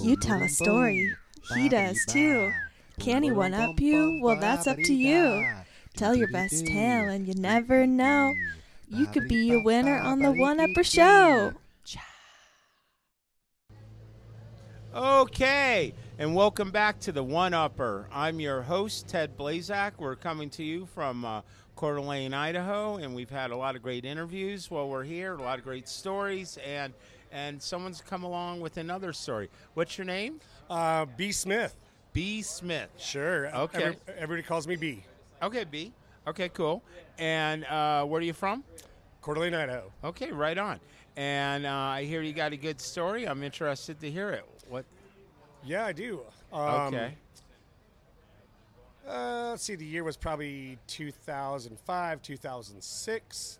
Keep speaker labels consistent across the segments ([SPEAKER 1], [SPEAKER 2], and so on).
[SPEAKER 1] You tell a story. He does too. Can he one up you? Well, that's up to you. Tell your best tale, and you never know. You could be a winner on the One Upper Show.
[SPEAKER 2] Okay, and welcome back to the One Upper. I'm your host, Ted Blazak. We're coming to you from uh, Coeur d'Alene, Idaho, and we've had a lot of great interviews while we're here, a lot of great stories, and and someone's come along with another story. What's your name?
[SPEAKER 3] Uh, B. Smith.
[SPEAKER 2] B. Smith.
[SPEAKER 3] Sure.
[SPEAKER 2] Okay.
[SPEAKER 3] Every- everybody calls me B.
[SPEAKER 2] Okay, B. Okay, cool. And uh, where are you from?
[SPEAKER 3] Coeur d'Alene, Idaho.
[SPEAKER 2] Okay, right on. And uh, I hear you got a good story. I'm interested to hear it. What?
[SPEAKER 3] Yeah, I do. Um,
[SPEAKER 2] Okay.
[SPEAKER 3] Uh, let's see, the year was probably 2005, 2006.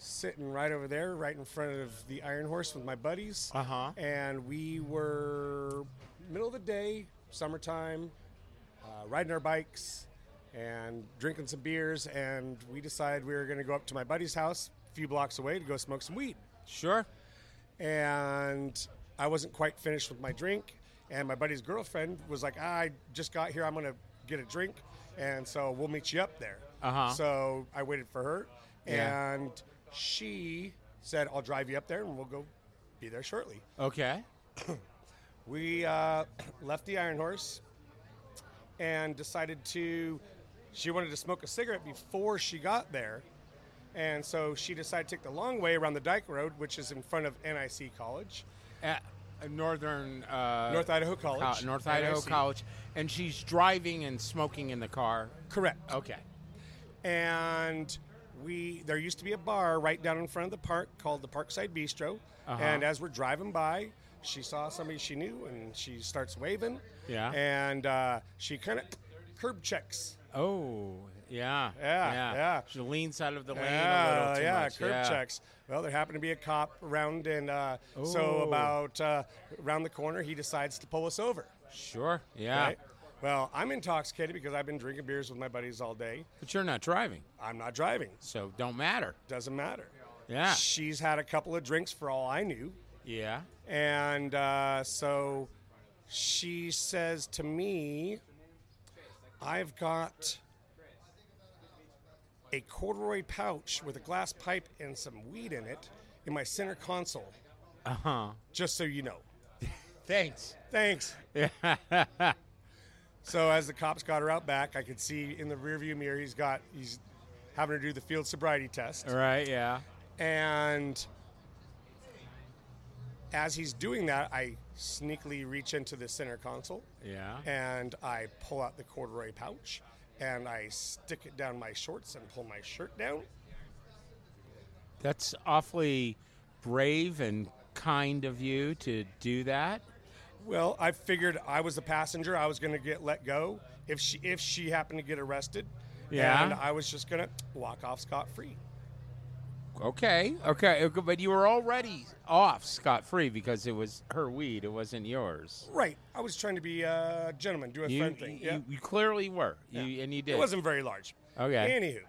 [SPEAKER 3] Sitting right over there, right in front of the Iron Horse with my buddies.
[SPEAKER 2] Uh huh.
[SPEAKER 3] And we were middle of the day, summertime, uh, riding our bikes and drinking some beers. And we decided we were going to go up to my buddy's house a few blocks away to go smoke some weed.
[SPEAKER 2] Sure.
[SPEAKER 3] and I wasn't quite finished with my drink. And my buddy's girlfriend was like, "I just got here. I'm gonna get a drink, and so we'll meet you up there."
[SPEAKER 2] Uh-huh.
[SPEAKER 3] So I waited for her,
[SPEAKER 2] Yeah.
[SPEAKER 3] and she said, "I'll drive you up there, and we'll go be there shortly."
[SPEAKER 2] Okay.
[SPEAKER 3] We uh, left the Iron Horse and decided to. She wanted to smoke a cigarette before she got there, and so she decided to take the long way around the Dyke Road, which is in front of NIC College.
[SPEAKER 2] At uh, Northern uh,
[SPEAKER 3] North Idaho
[SPEAKER 2] Co-
[SPEAKER 3] College.
[SPEAKER 2] North Idaho
[SPEAKER 3] NIC.
[SPEAKER 2] College, and she's driving and smoking in the car.
[SPEAKER 3] Correct.
[SPEAKER 2] Okay.
[SPEAKER 3] And we there used to be a bar right down in front of the park called the Parkside Bistro.
[SPEAKER 2] Uh-huh.
[SPEAKER 3] And as we're driving by, she saw somebody she knew, and she starts waving.
[SPEAKER 2] Yeah.
[SPEAKER 3] And uh, she kind of curb checks.
[SPEAKER 2] Oh, yeah.
[SPEAKER 3] Yeah,
[SPEAKER 2] Yeah.
[SPEAKER 3] yeah.
[SPEAKER 2] She leans out of the lane a
[SPEAKER 3] yeah,
[SPEAKER 2] little too
[SPEAKER 3] yeah,
[SPEAKER 2] much.
[SPEAKER 3] curb checks. Well, there happened to be a cop around, and uh, so
[SPEAKER 2] Ooh.
[SPEAKER 3] about uh, around the corner, he decides to pull us over.
[SPEAKER 2] Sure. Yeah.
[SPEAKER 3] Right? Well, I'm intoxicated because I've been drinking beers with my buddies all day.
[SPEAKER 2] But you're not driving,
[SPEAKER 3] I'm not driving.
[SPEAKER 2] so don't matter.
[SPEAKER 3] Doesn't matter.
[SPEAKER 2] Yeah.
[SPEAKER 3] She's had a couple of drinks for all I knew.
[SPEAKER 2] Yeah.
[SPEAKER 3] And uh, so she says to me, I've got a corduroy pouch with a glass pipe and some weed in it in my center console,
[SPEAKER 2] Uh huh.
[SPEAKER 3] just so you know.
[SPEAKER 2] Thanks.
[SPEAKER 3] Thanks.
[SPEAKER 2] Yeah.
[SPEAKER 3] So as the cops got her out back, I could see in the rearview mirror he's got he's having her do the field sobriety test.
[SPEAKER 2] right. Yeah.
[SPEAKER 3] And as he's doing that, I sneakily reach into the center console
[SPEAKER 2] Yeah.
[SPEAKER 3] and I pull out the corduroy pouch and I stick it down my shorts and pull my shirt down.
[SPEAKER 2] That's awfully brave and kind of you to do that.
[SPEAKER 3] Well, I figured I was the passenger. I was going to get let go if she if she happened to get arrested.
[SPEAKER 2] Yeah.
[SPEAKER 3] And I was just going to walk off scot free.
[SPEAKER 2] Okay. Okay. But you were already off scot free because it was her weed. It wasn't yours.
[SPEAKER 3] Right. I was trying to be a gentleman, do a
[SPEAKER 2] You,
[SPEAKER 3] friend thing.
[SPEAKER 2] you,
[SPEAKER 3] yeah.
[SPEAKER 2] you clearly were. You, and you did.
[SPEAKER 3] It wasn't very large.
[SPEAKER 2] Okay.
[SPEAKER 3] Anywho,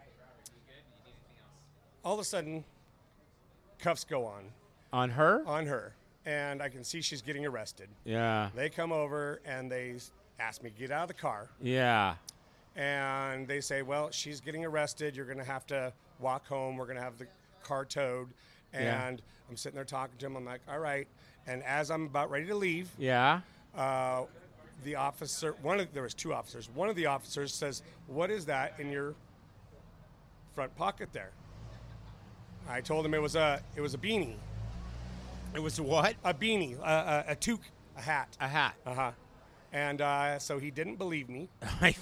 [SPEAKER 3] all of a sudden, cuffs go on
[SPEAKER 2] On her?
[SPEAKER 3] on her, and I can see she's getting arrested.
[SPEAKER 2] yeah.
[SPEAKER 3] They come over and they s- ask me to get out of the car,
[SPEAKER 2] Yeah.
[SPEAKER 3] and they say, "Well, she's getting arrested. You're going to have to walk home. We're going to have the car towed."
[SPEAKER 2] Yeah.
[SPEAKER 3] And I'm sitting there talking to him. I'm like, "All right." And as I'm about ready to leave,
[SPEAKER 2] Yeah.
[SPEAKER 3] uh, the officer, one of there was two officers. One of the officers says, "What is that in your front pocket there?" I told him it was a it was a beanie,
[SPEAKER 2] It was what?
[SPEAKER 3] a beanie, a, a, a toque, a hat.
[SPEAKER 2] A hat.
[SPEAKER 3] Uh-huh. And uh, so he didn't believe me.
[SPEAKER 2] I'm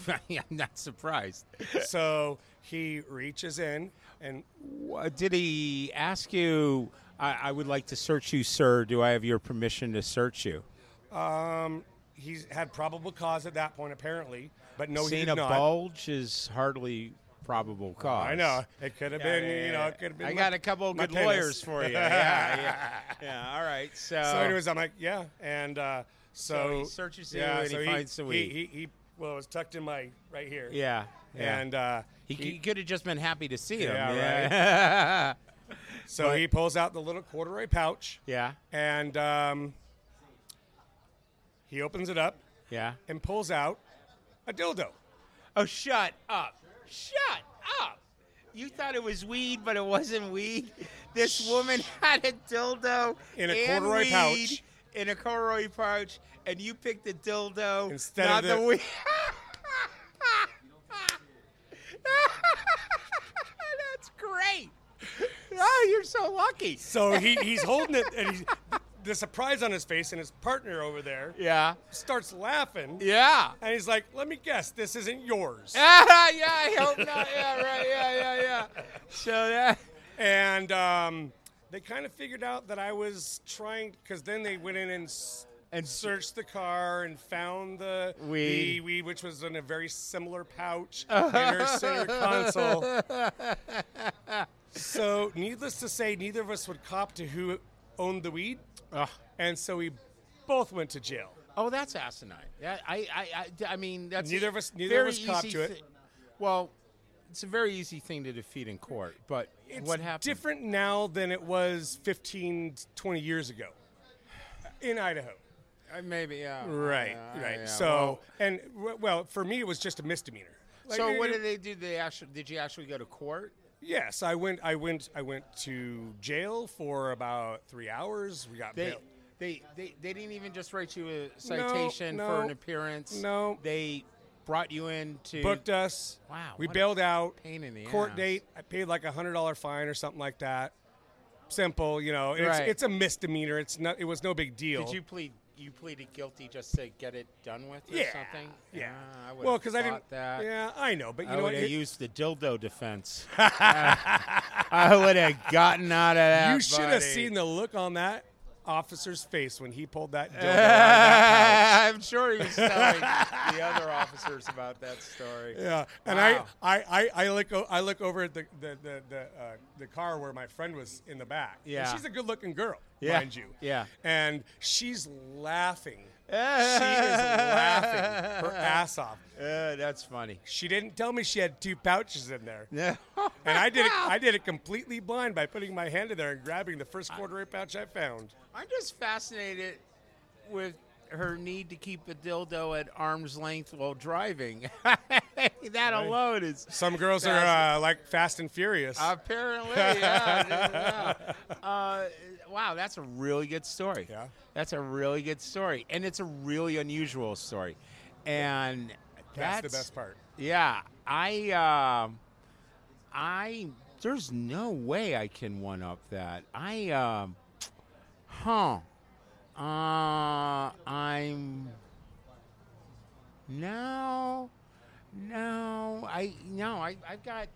[SPEAKER 2] not surprised.
[SPEAKER 3] so he reaches in and
[SPEAKER 2] Wha- Did he ask you? I, I would like to search you, sir. Do I have your permission to search you?
[SPEAKER 3] um, he had probable cause at that point, apparently, but no, he
[SPEAKER 2] Seeing
[SPEAKER 3] did
[SPEAKER 2] a
[SPEAKER 3] not.
[SPEAKER 2] bulge is hardly probable cause.
[SPEAKER 3] I know it could have been, you know, it could have been.
[SPEAKER 2] I
[SPEAKER 3] my-
[SPEAKER 2] got a couple of
[SPEAKER 3] my
[SPEAKER 2] good
[SPEAKER 3] penis.
[SPEAKER 2] lawyers for you. Yeah, yeah, yeah. All right. So,
[SPEAKER 3] So, anyways, I'm like, yeah, and uh, so,
[SPEAKER 2] Oh. So he searches the weed and he finds the weed.
[SPEAKER 3] He, he, he, well, it was tucked in my right here.
[SPEAKER 2] yeah, yeah.
[SPEAKER 3] and uh,
[SPEAKER 2] he, could have just been happy to see him.
[SPEAKER 3] Yeah,
[SPEAKER 2] Yeah.
[SPEAKER 3] so he pulls out the little corduroy pouch,
[SPEAKER 2] yeah.
[SPEAKER 3] and um, He opens it up
[SPEAKER 2] Yeah.
[SPEAKER 3] and pulls out a dildo.
[SPEAKER 2] Oh, shut up. Shut up. You thought it was weed, but it wasn't weed. This woman had a dildo
[SPEAKER 3] In a
[SPEAKER 2] and
[SPEAKER 3] corduroy
[SPEAKER 2] weed
[SPEAKER 3] pouch.
[SPEAKER 2] In a corduroy pouch, and you picked the dildo,
[SPEAKER 3] Instead of
[SPEAKER 2] not
[SPEAKER 3] the-
[SPEAKER 2] weed. That's great. Oh, you're so lucky.
[SPEAKER 3] So he, he's holding it, and he's, the surprise on his face, and his partner over there
[SPEAKER 2] Yeah.
[SPEAKER 3] starts laughing.
[SPEAKER 2] Yeah.
[SPEAKER 3] And he's like, let me guess, this isn't yours.
[SPEAKER 2] Ah, yeah, I hope not. Yeah, right. Yeah, yeah, yeah. So that.
[SPEAKER 3] And um, they kind of figured out that I was trying, because then they went in and, s-
[SPEAKER 2] And-
[SPEAKER 3] searched the car and found the
[SPEAKER 2] Weed.
[SPEAKER 3] the weed, which was in a very similar pouch in her center console. So, needless to say, neither of us would cop to who owned the weed.
[SPEAKER 2] Ugh.
[SPEAKER 3] And so we both went to jail.
[SPEAKER 2] Oh, that's asinine. That, I, I, I, I mean, that's
[SPEAKER 3] Neither
[SPEAKER 2] a
[SPEAKER 3] of us- neither
[SPEAKER 2] very
[SPEAKER 3] of us copped
[SPEAKER 2] easy
[SPEAKER 3] to it.
[SPEAKER 2] thi- well, it's a very easy thing to defeat in court, but
[SPEAKER 3] It's
[SPEAKER 2] what happened?
[SPEAKER 3] different now than it was 15, 20 years ago in Idaho.
[SPEAKER 2] Uh, maybe, yeah.
[SPEAKER 3] Right,
[SPEAKER 2] Yeah,
[SPEAKER 3] right.
[SPEAKER 2] yeah,
[SPEAKER 3] so, and w- well, for me, it was just a misdemeanor.
[SPEAKER 2] well,
[SPEAKER 3] Like,
[SPEAKER 2] so
[SPEAKER 3] you-
[SPEAKER 2] what did they do? They actually, did you actually go to court?
[SPEAKER 3] Yes, I went. I went. I went to jail for about three hours. We got
[SPEAKER 2] They,
[SPEAKER 3] bail.
[SPEAKER 2] they, they, they didn't even just write you a citation for an
[SPEAKER 3] no,
[SPEAKER 2] appearance.
[SPEAKER 3] no. uh,
[SPEAKER 2] They brought you in to.
[SPEAKER 3] booked us.
[SPEAKER 2] Wow,
[SPEAKER 3] We
[SPEAKER 2] what a
[SPEAKER 3] bailed out.
[SPEAKER 2] pain in the
[SPEAKER 3] court
[SPEAKER 2] ass.
[SPEAKER 3] date. I paid like a hundred dollar fine or something like that. Simple, you know. It's,
[SPEAKER 2] Right.
[SPEAKER 3] it's a misdemeanor. It's not. It was no big deal.
[SPEAKER 2] Did you plead? You pleaded guilty just to get it done with, or
[SPEAKER 3] Yeah.
[SPEAKER 2] something?
[SPEAKER 3] Yeah.
[SPEAKER 2] Ah, I would've
[SPEAKER 3] well, because I didn't.
[SPEAKER 2] thought That.
[SPEAKER 3] Yeah, I know. But you
[SPEAKER 2] I
[SPEAKER 3] know
[SPEAKER 2] would
[SPEAKER 3] what?
[SPEAKER 2] have
[SPEAKER 3] It-
[SPEAKER 2] used the dildo defense. I would have gotten out of that.
[SPEAKER 3] you should have
[SPEAKER 2] buddy.
[SPEAKER 3] seen the look on that officer's face when he pulled that dildo out of that pouch.
[SPEAKER 2] I'm sure he was telling the other officers about that story.
[SPEAKER 3] Yeah, and
[SPEAKER 2] Wow.
[SPEAKER 3] I, I, I, I look, o- I look over at the the the the, uh, the car where my friend was in the back. And
[SPEAKER 2] Yeah.
[SPEAKER 3] she's a good-looking girl,
[SPEAKER 2] Yeah,
[SPEAKER 3] mind you.
[SPEAKER 2] yeah.
[SPEAKER 3] and she's laughing. she is laughing her ass off.
[SPEAKER 2] Uh, that's funny.
[SPEAKER 3] She didn't tell me she had two pouches in there,
[SPEAKER 2] Yeah.
[SPEAKER 3] and I did it. I did it completely blind by putting my hand in there and grabbing the first quarter pouch I found.
[SPEAKER 2] I'm just fascinated with her need to keep the dildo at arm's length while driving. that alone is
[SPEAKER 3] Some girls are
[SPEAKER 2] Fascinating.
[SPEAKER 3] uh, like Fast and Furious.
[SPEAKER 2] Uh, Apparently, yeah. yeah. Uh, wow, that's a really good story.
[SPEAKER 3] Yeah.
[SPEAKER 2] That's a really good story. And it's a really unusual story. And
[SPEAKER 3] that's,
[SPEAKER 2] that's,
[SPEAKER 3] the best part.
[SPEAKER 2] Yeah. I, um I, there's no way I can one up that. I, um, huh. Uh, I'm, no, no, I, no, I, I've got,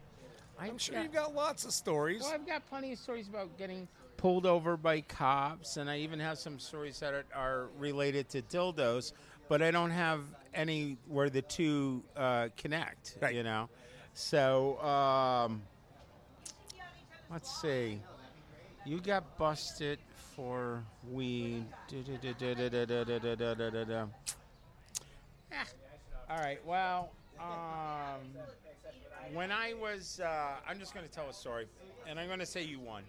[SPEAKER 3] I'm sure you've got lots of stories.
[SPEAKER 2] well, I've got plenty of stories about getting pulled over by cops, and I even have some stories that are, are related to dildos, but I don't have any where the two uh, connect,
[SPEAKER 3] Right.
[SPEAKER 2] you know? So, um, let's see. You got busted for weed. Du-du-du-du-du-du-du-du-du-du-du-du. Ah. All right. Well, um, when I was, uh, I'm just going to tell a story, and I'm going to say you won.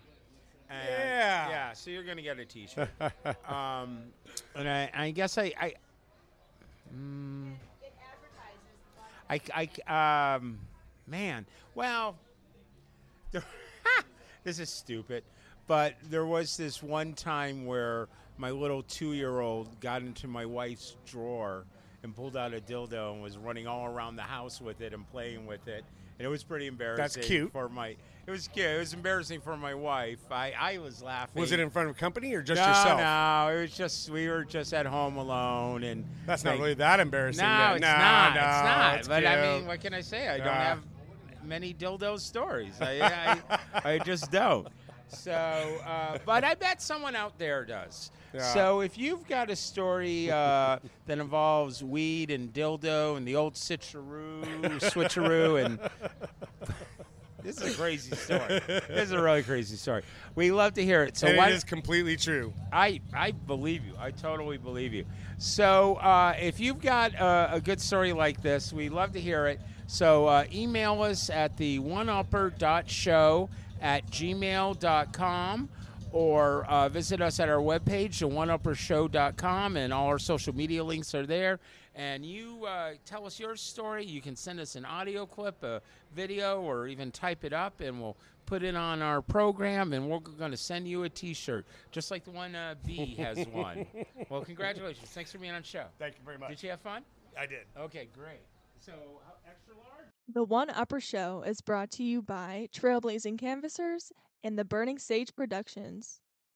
[SPEAKER 2] And-
[SPEAKER 3] Yeah.
[SPEAKER 2] Yeah. So you're going to get a T-shirt. um, and I, I guess I, I, mm, I, I, um, man. Well, there- this is stupid, but there was this one time where my little two-year-old got into my wife's drawer and pulled out a dildo and was running all around the house with it and playing with it, and it was pretty embarrassing.
[SPEAKER 3] cute.
[SPEAKER 2] for my. It was cute. It was embarrassing for my wife. I, I was laughing.
[SPEAKER 3] Was it in front of a company or just
[SPEAKER 2] no,
[SPEAKER 3] yourself?
[SPEAKER 2] No, it was just we were just at home alone, and
[SPEAKER 3] That's not
[SPEAKER 2] they-
[SPEAKER 3] really that embarrassing.
[SPEAKER 2] No,
[SPEAKER 3] then.
[SPEAKER 2] it's
[SPEAKER 3] Nah,
[SPEAKER 2] not.
[SPEAKER 3] nah,
[SPEAKER 2] it's not.
[SPEAKER 3] it's
[SPEAKER 2] but I
[SPEAKER 3] cute.
[SPEAKER 2] mean, what can I say? I don't
[SPEAKER 3] Nah.
[SPEAKER 2] have many dildo stories. I, I, I just don't. So, uh, but I bet someone out there does.
[SPEAKER 3] Yeah.
[SPEAKER 2] So, if you've got a story uh, that involves weed and dildo and the old switcheroo, switcheroo, and this is a crazy story. This is a really crazy story. We love to hear it. So,
[SPEAKER 3] and
[SPEAKER 2] why
[SPEAKER 3] it is completely true.
[SPEAKER 2] I, I believe you. I totally believe you. So uh, if you've got uh, a good story like this, we love to hear it. So uh, email us at the oneupper.show at gmail.com or uh, visit us at our webpage, theoneuppershow.com, and all our social media links are there. And you uh, tell us your story. You can send us an audio clip, a video, or even type it up, and we'll put it on our program. And we're going to send you a T-shirt, just like the one uh, B has won. well, congratulations! Thanks for being on the show.
[SPEAKER 3] Thank you very much.
[SPEAKER 2] Did you have fun?
[SPEAKER 3] I did.
[SPEAKER 2] Okay, great. So how- extra large.
[SPEAKER 4] The One Upper Show is brought to you by Trailblazing Canvassers and the Burning Sage Productions.